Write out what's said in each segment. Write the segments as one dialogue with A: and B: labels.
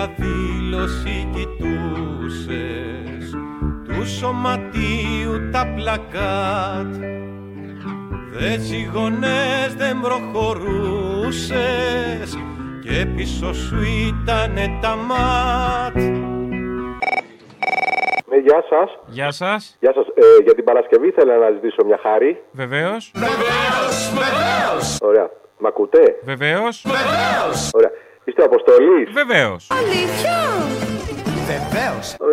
A: διαδήλωση κοιτούσες του σωματίου τα πλακάτ δε τσιγωνές δεν προχωρούσες και πίσω σου ήτανε τα μάτ
B: Ναι, γεια σας.
C: Γεια σας.
B: Γεια σας. Ε, για την Παρασκευή ήθελα να ζητήσω μια χάρη.
C: Βεβαίως.
B: Ωραία. Μ' ακούτε?
C: Βεβαίως.
B: Ωραία. Είστε αποστολή.
C: Βεβαίως.
B: Ε,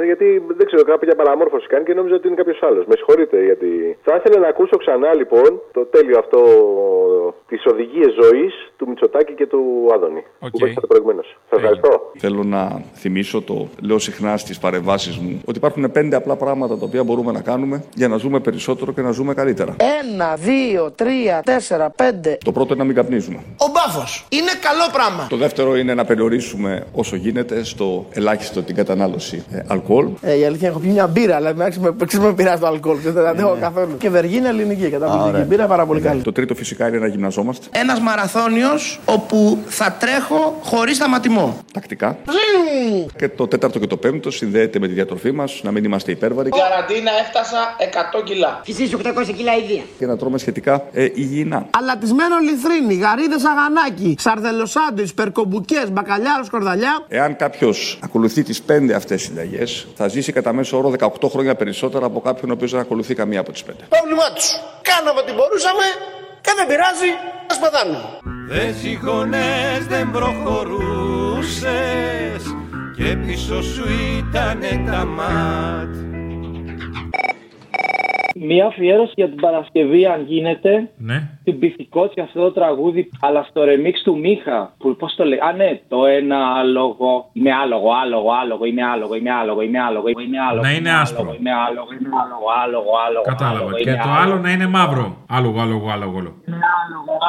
B: Γιατί δεν ξέρω, κάποια παραμόρφωση κάνει και νόμιζα ότι είναι κάποιος άλλος. Με συγχωρείτε γιατί. Θα ήθελα να ακούσω ξανά λοιπόν το τέλειο αυτό ε, τι οδηγίε ζωής του Μητσοτάκη και του Άδωνη.
C: Οκ.
B: Που παίξατε προηγουμένως. Σας
C: Τέλεια.
B: ευχαριστώ.
D: Θέλω να θυμίσω, το λέω συχνά στις παρεμβάσεις μου, ότι υπάρχουν πέντε απλά πράγματα τα οποία μπορούμε να κάνουμε για να ζούμε περισσότερο και να ζούμε καλύτερα.
E: Ένα, δύο, τρία, τέσσερα, πέντε.
D: Το πρώτο είναι να μην καπνίζουμε.
F: Ο μπάφος είναι καλό πράγμα.
D: Το δεύτερο είναι να περιορίσουμε όσο γίνεται στο ελάχιστο την κατανάλωση ε, αλκοόλ.
F: Ε, η αλήθεια έχω πιει μια μπύρα, αλλά εντάξει, με, ξέρεις, με πειράζει το αλκοόλ. ξέρεις, Δεν αντέχω καθόλου. Και βεργίνα ελληνική, καταπληκτική μπύρα, πάρα πολύ καλή.
D: Το τρίτο φυσικά είναι να γυμναζόμαστε ε,
G: ένας μαραθώνιος όπου θα τρέχω χωρίς σταματημό.
D: τακτικά. Και το τέταρτο και το πέμπτο συνδέεται με τη διατροφή μας, να μην είμαστε υπέρβαροι
H: Καραντίνα έφτασα 100 κιλά.
I: Ζήσει 800 κιλά ιδία.
D: και να τρώμε σχετικά ε, υγιεινά.
F: Αλατισμένο λιθρίνι, γαρίδες αγανάκι, σαρδελο σάντουιτ, περκομπουκές, μπακαλιάρος σκορδαλιά.
D: Εάν κάποιος ακολουθεί τις πέντε αυτές συνταγές, θα ζήσει κατά μέσο όρο 18 χρόνια περισσότερα από κάποιον ο οποίος δεν ακολουθεί καμία από τις πέντε.
H: Πρόβλημά τους. Κάναμε ό,τι μπορούσαμε και δεν πειράζει. Ας πεθάνουμε.
A: Δε γονές δεν προχωρούσες και πίσω σου ήτανε τα μάτ
J: Μία αφιέρωση για την Παρασκευή, αν γίνεται.
C: Ναι.
J: Την πυθικότσι αυτό το τραγούδι, αλλά στο remix του Μίχα. Που πώς το λέει. Α, ναι, το ένα άλογο. Είμαι άλογο, άλογο, άλογο, είμαι άλογο, είμαι άλογο, είμαι άλογο, είμαι άλογο.
C: Να είναι
J: είμαι
C: άσπρο.
J: άλογο, Είμαι άλογο, είμαι άλογο, άλογο, άλογο.
C: Κατάλαβα.
J: άλογο,
C: Και
J: είμαι
C: το
J: άλογο,
C: άλλο να είναι μαύρο. Άλογο, άλογο, άλογο. άλογο.
J: άλογο,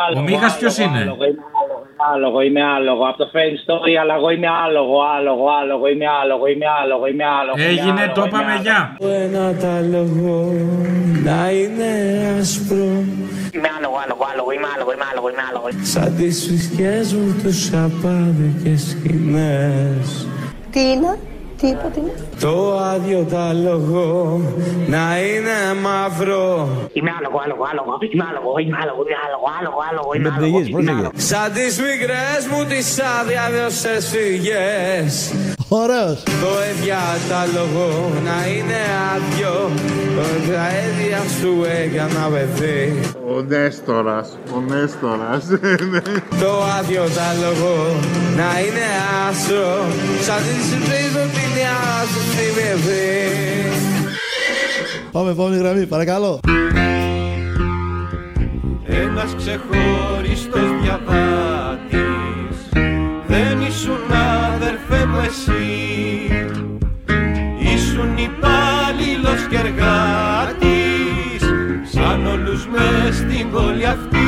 J: άλογο,
C: Μίχας ποιος
J: άλογο,
C: είναι?
J: άλογο, είμαι άλογο, είμαι Άλογο, είμαι άλογο. Από το Fame Story, αλλά εγώ είμαι άλογο, άλογο, άλογο, είμαι άλογο, είμαι άλογο, είμαι άλογο. είμαι
C: Έγινε,
J: άλογο,
C: το
J: είμαι
C: είπαμε,
J: άλογο.
C: γεια.
F: Ένα τάλογο να είναι άσπρο.
I: Είμαι άλογο, άλογο, άλογο, είμαι άλογο, είμαι άλογο, είμαι άλογο.
F: Σαν τις φυσικές μου τους απάδικες σκηνές
I: Τι είναι, τι είπα, τι είναι.
F: Το άδειο τάλογο να είναι μαύρο
I: Είμαι άλογο, άλογο, άλογο, είμαι άλογο, είμαι άλογο, είμαι άλογο, άλογο, άλογο, είμαι
K: Με
I: άλογο.
K: πνιγείς, πρόσεχε.
F: Σαν τις μικρές μου τις άδιαδες φυγές
K: Ωραίος.
F: Το έδια τάλογο να είναι άδειο Τα έδια σου ε, έκανα παιδί
H: Ο Νέστορας, ο Νέστορας.
F: Το άδειο τάλογο να είναι άσο Σαν τις μικρές μου την άδεια παιδί
K: Πάμε επόμενη γραμμή, παρακαλώ.
A: Ένας ξεχωριστός διαβάτης Δεν ήσουν αδερφέ μου εσύ Ήσουν υπάλληλος και εργάτης Σαν όλους μες στην πόλη αυτή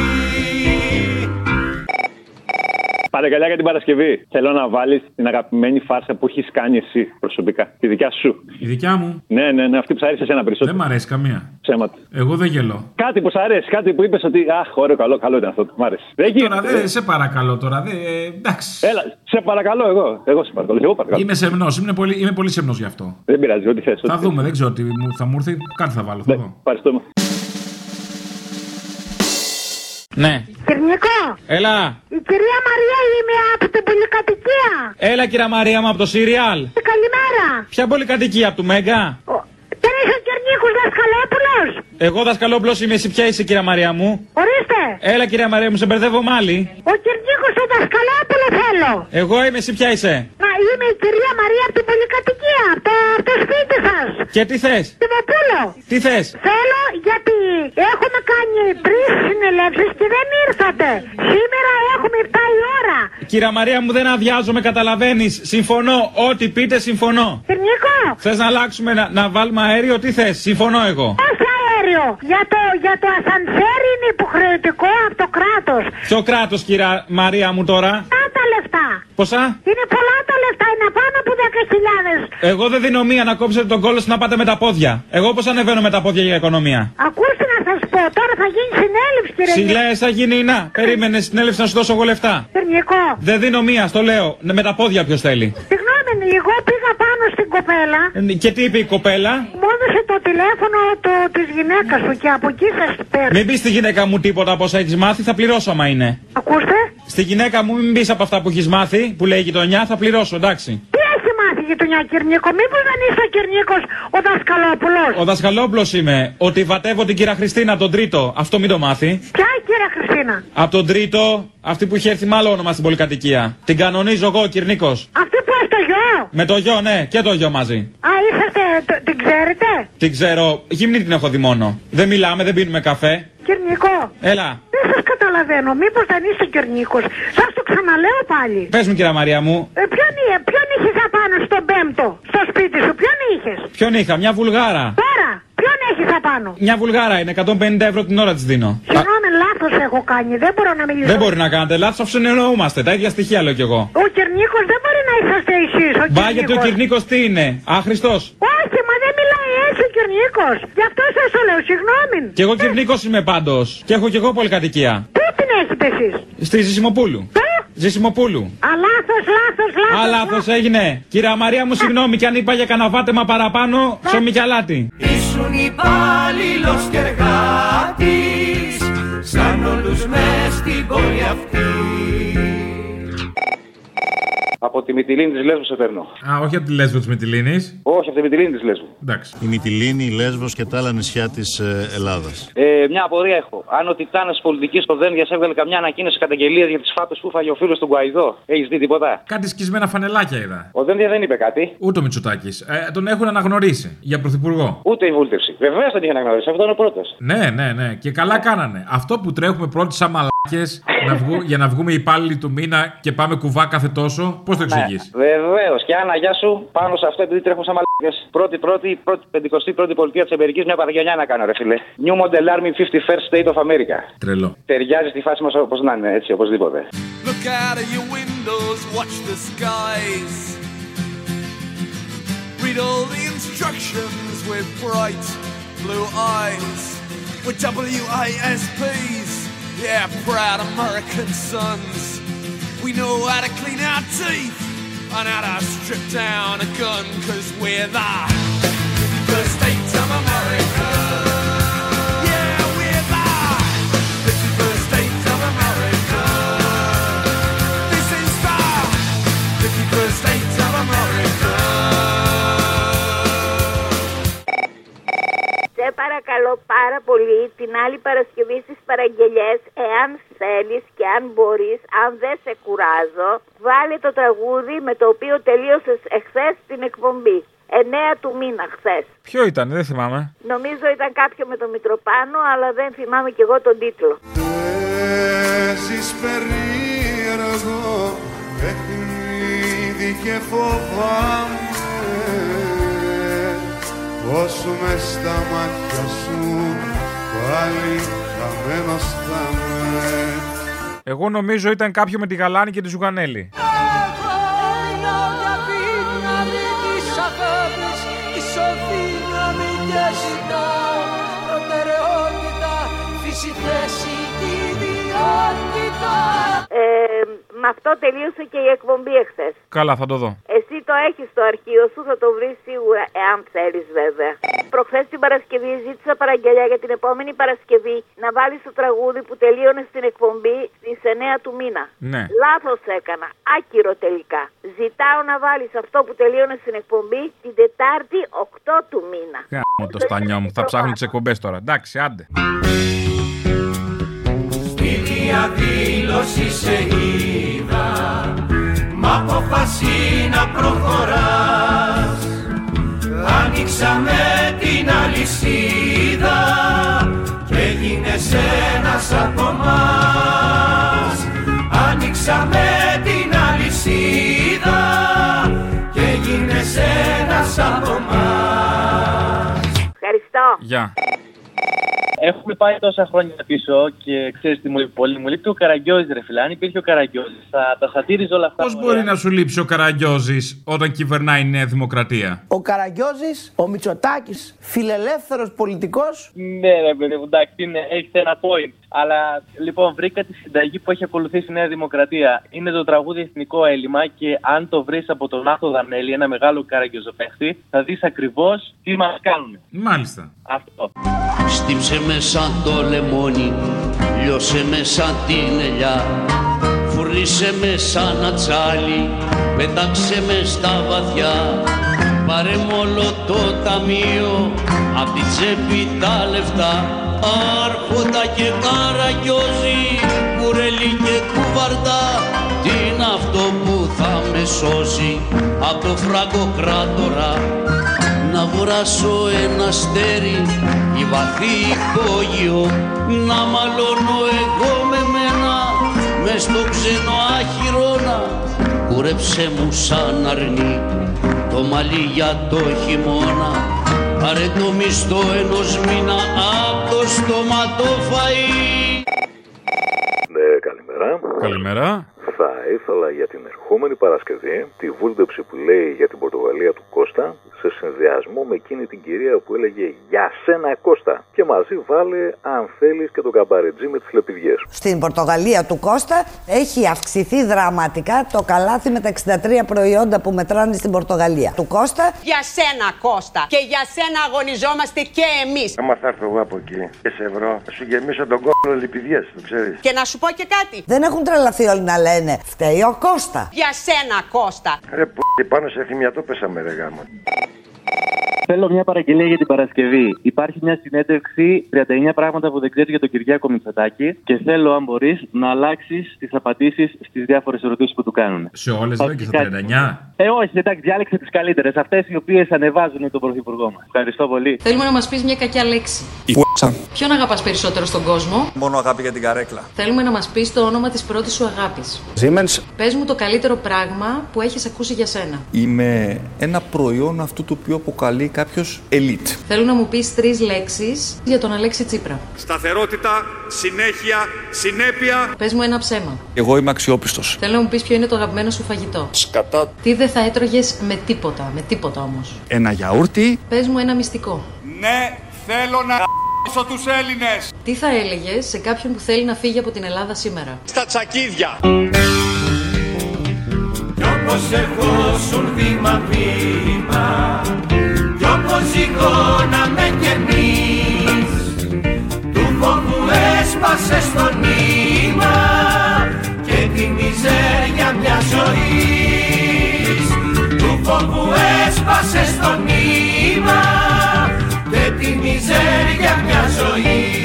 J: Παρακαλιά για την Παρασκευή. Θέλω να βάλεις την αγαπημένη φάρσα που έχεις κάνει εσύ προσωπικά. Τη δικιά σου.
C: Η δικιά μου
J: Ναι, ναι, ναι. Αυτή που σ' αρέσει εσένα περισσότερο.
C: δεν μ' αρέσει καμία.
J: Ψέματα.
C: Εγώ δεν γελώ.
J: Κάτι που σ' αρέσει, κάτι που είπες ότι. Αχ, ωραίο, καλό, καλό ήταν αυτό. Μ' άρεσε. Δεν
C: Τώρα
J: γίνεται.
C: δεν σε παρακαλώ τώρα. Δε, ε, εντάξει.
J: Έλα, σε παρακαλώ εγώ. Εγώ σε παρακαλώ. Εγώ παρακαλώ.
C: Είμαι σεμνός. Είμαι πολύ, είμαι πολύ σεμνός γι' αυτό.
J: Δεν πειράζει, ό,τι θες.
C: Θα δούμε, δεν ξέρω τι μου, θα μου έρθει. Κάτι θα βάλω. Θα
J: Ε,
C: δω.
J: Ευχαριστούμε.
C: Ναι.
I: Κυριακό,
C: Έλα.
I: η κυρία Μαρία είμαι από την πολυκατοικία.
C: Έλα, κυρία Μαρία μου από το Σύριαλ.
I: Καλημέρα.
C: Ποια πολυκατοικία από του Μέγκα.
I: Δεν είσαι ο Κερνίκος Δασκαλόπουλος.
C: Εγώ δασκαλόπλο είμαι, εσύ ποια είσαι, κυρία Μαρία μου.
I: Ορίστε,
C: Έλα, κυρία Μαρία μου, σε μπερδεύω μάλι.
I: ο Κερνίκος ο Δασκαλόπουλος θέλω.
C: Εγώ είμαι, εσύ ποια είσαι.
I: Να είμαι η κυρία Μαρία από την πολυκατοικία, από το, από το σπίτι σας.
C: Και τι θες,
I: Την Βαπούλο.
C: τι θες.
I: Θέλω γιατί έχουμε κάνει τρεις συνελεύσεις και δεν ήρθατε. Σήμερα έχουμε 7 η ώρα.
C: Κυρία Μαρία μου, δεν αδειάζομαι, καταλαβαίνεις. Συμφωνώ, ό,τι πείτε, συμφωνώ.
I: Κυρνικό,
C: Θες να αλλάξουμε, να, να βάλουμε αέριο, τι θες. Συμφωνώ εγώ.
I: όχι αέριο. Για το, για το ασανσέρ είναι υποχρεωτικό από το κράτος.
C: Ποιο κράτος, κυρία Μαρία μου τώρα.
I: Αυτά τα λεφτά.
C: Ποσά.
I: Είναι πολλά τα λεφτά, είναι πάνω από 10.000.
C: Εγώ δεν δίνω μία να κόψετε τον κόλλο σας να πάτε με τα πόδια. Εγώ πώς ανεβαίνω με τα πόδια για οικονομία.
I: Ακούστε να σας πω, τώρα θα γίνει συνέλευση κύριε
C: Συγκλέε θα γίνει να. Περίμενε συνέλευση να σου δώσω εγώ λεφτά.
I: Κυρνικό.
C: Δεν δίνω μία, στο λέω. Ναι, Με τα πόδια ποιος θέλει.
I: Συγγνώμη εγώ πήγα πάνω στην κοπέλα.
C: Ε, Και τι είπε η κοπέλα.
I: Μου έδωσε το τηλέφωνο το, της γυναίκας σου και από εκεί σας παίρνω.
C: Μην πεις στη γυναίκα μου τίποτα από όσα έχεις μάθει, θα πληρώσω άμα είναι.
I: Ακούστε.
C: Στη γυναίκα μου μην πεις από αυτά που έχεις μάθει, που λέει η γειτονιά, θα πληρώσω, εντάξει.
I: Τι έχει μάθει η γειτονιά Κυρνίκο, μήπως δεν είσαι ο Κυρνίκος ο δασκαλόπουλος.
C: Ο δασκαλόπλο είμαι. Ότι βατεύω την κυρία Χριστίνα από τον τρίτο. Αυτό μην το μάθει.
I: Ποια η κυρία Ε, Χριστίνα,
C: Από τον τρίτο, αυτή που είχε έρθει με άλλο όνομα στην πολυκατοικία. Την κανονίζω εγώ, Κυρνίκος.
I: αυτή που έχει το γιο.
C: Με το γιο, ναι, και το γιο μαζί.
I: Α, είσαστε, το- την ξέρετε.
C: Την ξέρω, γυμνή την έχω δει μόνο. Δεν μιλάμε, δεν πίνουμε καφέ.
I: Κυρνίκο,
C: Έλα.
I: δεν σας καταλαβαίνω, μήπως δεν είσαι ο Κυρνίκος. Σας το ξαναλέω πάλι.
C: Πες μου, κυρία Μαρία μου,
I: Ε, ποιον, εί- ποιον είχες απάνω στον πέμπτο, στο σπίτι σου, ποιον είχες.
C: ποιον είχα, μια βουλγάρα.
I: Τώρα, ποιον έχεις απάνω.
C: Μια βουλγάρα είναι, 150 ευρώ την ώρα της δίνω. Α,
I: Συγγνώμη, λάθος έχω κάνει, δεν μπορώ να μιλήσω.
C: δεν μπορεί να κάνετε λάθος, αφού συνεννοούμαστε. Τα ίδια στοιχεία λέω κι εγώ.
I: Ο Κυρνίκος δεν μπορεί να είσαστε εσείς, ο
C: Μπα γιατί ο
I: Κυρνίκος.
C: Κυρνίκος τι είναι, άχρηστο.
I: Όχι, μα δεν μιλάει ε, έτσι ο Κυρνίκος. Γι' αυτό σας το λέω, συγγνώμη.
C: Κι εγώ Κυρνίκος είμαι πάντως. Και έχω κι εγώ πολυκατοικία.
I: Πού την έχετε εσείς.
C: Στη Ζησιμοπούλου. Ζησιμοπούλου.
I: Α, λάθος, λάθος, λάθος.
C: Α, λάθος έγινε. Κυρία Μαρία μου, συγγνώμη κι αν είπα για κανένα βάτεμα παραπάνω, ψωμί κι αλάτι.
L: Ήσουν υπάλληλος και εργάτης Σαν όλους μες στην πόλη αυτής
J: Από τη Μυτιλίνη της Λέσβος σε παίρνω.
M: Α, όχι από τη Λέσβο της Μυτιλίνης.
J: Όχι, από τη Μυτιλίνη της Λέσβου.
M: Εντάξει.
N: Η Μυτιλίνη, η Λέσβος και τα άλλα νησιά της ε, Ελλάδας.
J: Ε, μια απορία έχω. Αν ο Τιτάνας πολιτικής στο Δένδια έβγαλε καμιά ανακοίνωση καταγγελίας για τις φάπες που φάγε ο φίλος του Γκουαϊδό, έχεις δει τίποτα.
M: Κάτι σκισμένα φανελάκια είδα.
J: Ο Δένδια δεν είπε κάτι.
M: Ούτε ο Μητσοτάκης. Ε, τον έχουν αναγνωρίσει για πρωθυπουργό.
J: Ούτε η βούλτευση. Βεβαίως τον είχε αναγνωρίσει, αυτό ήταν ο πρώτος.
M: Ναι, ναι, ναι. Και καλά κάνανε. Αυτό που τρέχουμε πρώτοι σαν μαλάκε για να βγούμε υπάλληλοι του μήνα και πάμε κουβά κάθε τόσο, πώς το
J: Ναι.
M: εξηγείς.
J: Βεβαίως. Και Άννα, γεια σου. Πάνω σε αυτό, επειδή τρέχουν σαν μαλακές. Πρώτη, πρώτη, πρώτη, πεντηκοστή, πρώτη πολιτεία της Αμερικής, μια παραγγελιά να κάνω, ρε φίλε. New Model Army 51st State of America.
M: Τρελό.
J: Ταιριάζει στη φάση μας όπω να είναι, έτσι, οπωσδήποτε.
L: Look out of your windows, watch the skies Read all the instructions with bright blue eyes We're WISPs, yeah, proud American sons We know how to clean our teeth and how to strip down a gun Cause we're the First States of America Yeah, we're the First States of America this is the 51st state of America.
O: Σε παρακαλώ πάρα πολύ την άλλη Παρασκευή στις παραγγελιές, εάν θέλεις και αν μπορείς, αν δεν σε κουράζω, βάλε το τραγούδι με το οποίο τελείωσες εχθές την εκπομπή. 9 του μήνα χθες.
C: Ποιο ήταν, δεν θυμάμαι.
O: Νομίζω ήταν κάποιο με το Μητροπάνο, αλλά δεν θυμάμαι κι εγώ τον τίτλο.
L: Ζεις περίεργο παιχνίδι και φοβάμαι πως με στα μάτια σου πάλι χαμένος θα με.
M: Εγώ νομίζω ήταν κάποιο με τη γαλάνη και τη ζουγανέλη.
L: Ένα δύναμη της αγάπης, ισοδύναμη και ζητά προτεραιότητα, φύση, θέση και ιδιότητα.
O: Ε, με αυτό τελείωσε και η εκπομπή εχθές.
M: Καλά, θα το δω.
O: Εσύ το έχεις στο αρχείο σου, θα το βρεις σίγουρα, εάν θέλεις βέβαια. Προχθές την Παρασκευή ζήτησα παραγγελιά για την επόμενη Παρασκευή να βάλεις το τραγούδι που τελείωνε στην εκπομπή στις 9 του μήνα.
M: Ναι.
O: Λάθος έκανα, άκυρο τελικά. Ζητάω να βάλεις αυτό που τελείωνε στην εκπομπή την Τετάρτη 8 του μήνα.
M: Γάμο το στανιό μου, θα ψάχνω τις εκπομπές τώρα. Εντάξει, άντε.
L: Στη διαδήλωση σε είδα Μ' αποφασί να προχωράς Άνοιξαμε την αλυσίδα Και έγινες ένας από μας Άνοιξαμε την αλυσίδα Και έγινες ένας από μας
O: Ευχαριστώ.
M: Γεια.
P: έχουμε πάει τόσα χρόνια πίσω και ξέρεις τι μου λείπει πολύ. Μου λείπει ο Καραγκιόζης, ρε φίλε. Αν υπήρχε ο Καραγκιόζης, θα τα σατήριζε όλα αυτά.
M: Πώς μπορεί να σου λείψει ο Καραγκιόζης όταν κυβερνάει η Νέα Δημοκρατία.
E: Ο Καραγκιόζης, ο Μητσοτάκης, φιλελεύθερος πολιτικός.
P: Ναι, ρε παιδί μου, εντάξει, είναι- έχεις ένα point. Αλλά λοιπόν, βρήκα τη συνταγή που έχει ακολουθήσει η Νέα Δημοκρατία. Είναι το τραγούδι Εθνικό Έλλημα και αν το βρεις από τον Άθο Δανέλη, ένα μεγάλο καραγκιόζοπαίχτη, θα δεις ακριβώς τι μας κάνουν.
M: Μάλιστα.
P: Αυτό.
G: Στύψε με σαν το λεμόνι, λιώσε με σαν την ελιά Φουρνίσε με σαν ένα τσάλι, πετάξε μες στα βαθιά Πάρε μου όλο το ταμείο, απ' την τσέπη τα λεφτά Άρχοντα και καραγκιόζη, κουρελί και κουβαρτά Τι είναι αυτό που θα με σώσει από το φραγκοκράτορα να αγοράσω ένα στέρι η βαθύ υπόγειο να μαλώνω εγώ με μένα μες στο ξένο άχυρώνα κουρέψε μου σαν αρνί το μαλλί για το χειμώνα πάρε το μισθό ενός μήνα από το στόμα το φαΐ
Q: Ναι, καλημέρα.
M: Καλημέρα.
Q: Θα ήθελα για την ερχόμενη Παρασκευή τη βούλτεψη που λέει για την Πορτογαλία του Κώστα σε συνδυασμό με εκείνη την κυρία που έλεγε «Για σένα Κώστα» και μαζί βάλε αν θέλεις και τον καμπαρετζή με τις λεπιδιές.
R: Στην Πορτογαλία του Κώστα έχει αυξηθεί δραματικά το καλάθι με τα 63 προϊόντα που μετράνε στην Πορτογαλία. Του Κώστα
S: Για σένα, Κώστα. Και για σένα αγωνιζόμαστε και εμείς.
T: Άμα θα έρθω εγώ από εκεί και σε ευρώ, θα σου γεμίσω τον κόλλο λιπηδιές, το ξέρεις.
S: Και να σου πω και κάτι.
R: δεν έχουν τρελαθεί όλοι να λένε Φταίει ο Κώστα.
S: Για σένα, Κώστα.
T: Ρε που πάνω σε θυμιατό πέσαμε ρε γάμο.
U: Θέλω μια παραγγελία για την Παρασκευή. Υπάρχει μια συνέντευξη 39 πράγματα που δεν ξέρεις για τον Κυριάκο Μητσοτάκη και θέλω, αν μπορείς, να αλλάξεις τις απαντήσεις στις διάφορες ερωτήσεις που του κάνουν.
M: Σε όλες
U: Θα
M: λέω και στα
U: κάτι.
M: 39.
U: Ε, όχι, εντάξει, διάλεξε τις καλύτερες. Αυτές οι οποίες ανεβάζουν τον Πρωθυπουργό μας. Ευχαριστώ πολύ.
V: Θέλουμε να μας πεις μια κακιά λέξη. Ποιον αγαπάς περισσότερο στον κόσμο.
W: Μόνο αγάπη για την καρέκλα.
V: Θέλουμε να μας πεις το όνομα της πρώτης σου αγάπης.
W: Siemens.
V: Πες μου το καλύτερο πράγμα που έχεις ακούσει για σένα.
W: Είμαι ένα προϊόν αυτού του οποίου αποκαλεί κάποιος elite.
V: Θέλω να μου πεις τρεις λέξεις για τον Αλέξη Τσίπρα.
A: Σταθερότητα, συνέχεια, συνέπεια.
V: Πες μου ένα ψέμα.
W: Εγώ είμαι αξιόπιστος.
V: Θέλω να μου πεις ποιο είναι το αγαπημένο σου φαγητό.
W: Σκατά.
V: Τι δεν θα έτρωγες με τίποτα, με τίποτα όμως.
W: Ένα γιαούρτι.
V: Πες μου ένα μυστικό.
A: Ναι, θέλω να γαμίσω τους Έλληνες.
V: Τι θα έλεγες σε κάποιον που θέλει να φύγει από την Ελλάδα σήμερα.
A: Στα τσακίδια. Κι όπως εγώ σουν βήμα βήμα Κι όπως εικόνα με κερνείς Του φόβου έσπασε στο νήμα Και τη μιζέρια μια ζωής Του φόβου έσπασε στο νήμα Και τη μιζέρια μια ζωής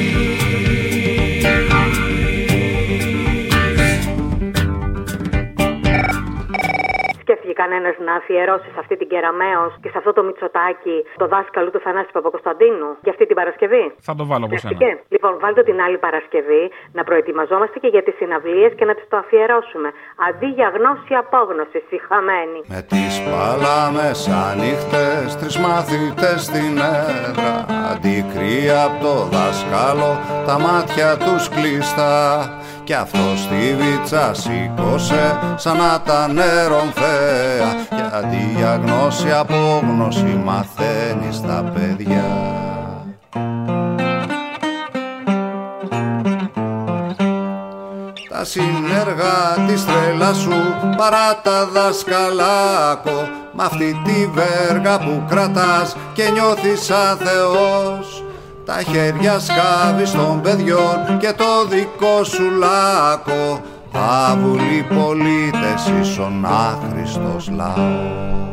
X: Σκέφτηκε κανένα να αφιερώσεις σε αυτή την Κεραμαίο και σε αυτό το Μητσοτάκι το δάσκαλο του Θανάση Παπακοσταντίνου και αυτή την Παρασκευή.
M: Θα το βάλω από σένα.
X: Σκέφτηκε. Λοιπόν, βάλτε την άλλη Παρασκευή να προετοιμαζόμαστε και για τις συναυλίες και να τις το αφιερώσουμε. Αντί για γνώση, απόγνωση, συχαμένη.
Y: Με τις παλαμεσάνυχτες, τρεις μαθητές στην έδρα Αντικρύα από το δάσκαλο, τα μάτια τους κλειστά Κι αυτός στη βίτσα σήκωσε σαν να ήταν ερομφέα Και αντί για γνώση από γνώση μαθαίνει στα παιδιά Τα συνέργα της τρέλα σου παρά τα δασκαλάκο Μ' αυτή τη βέργα που κρατάς και νιώθεις σαν θεός Τα χέρια σκάβεις των παιδιών και το δικό σου λάκο Άβουλοι πολίτες ίσον άχρηστος λαός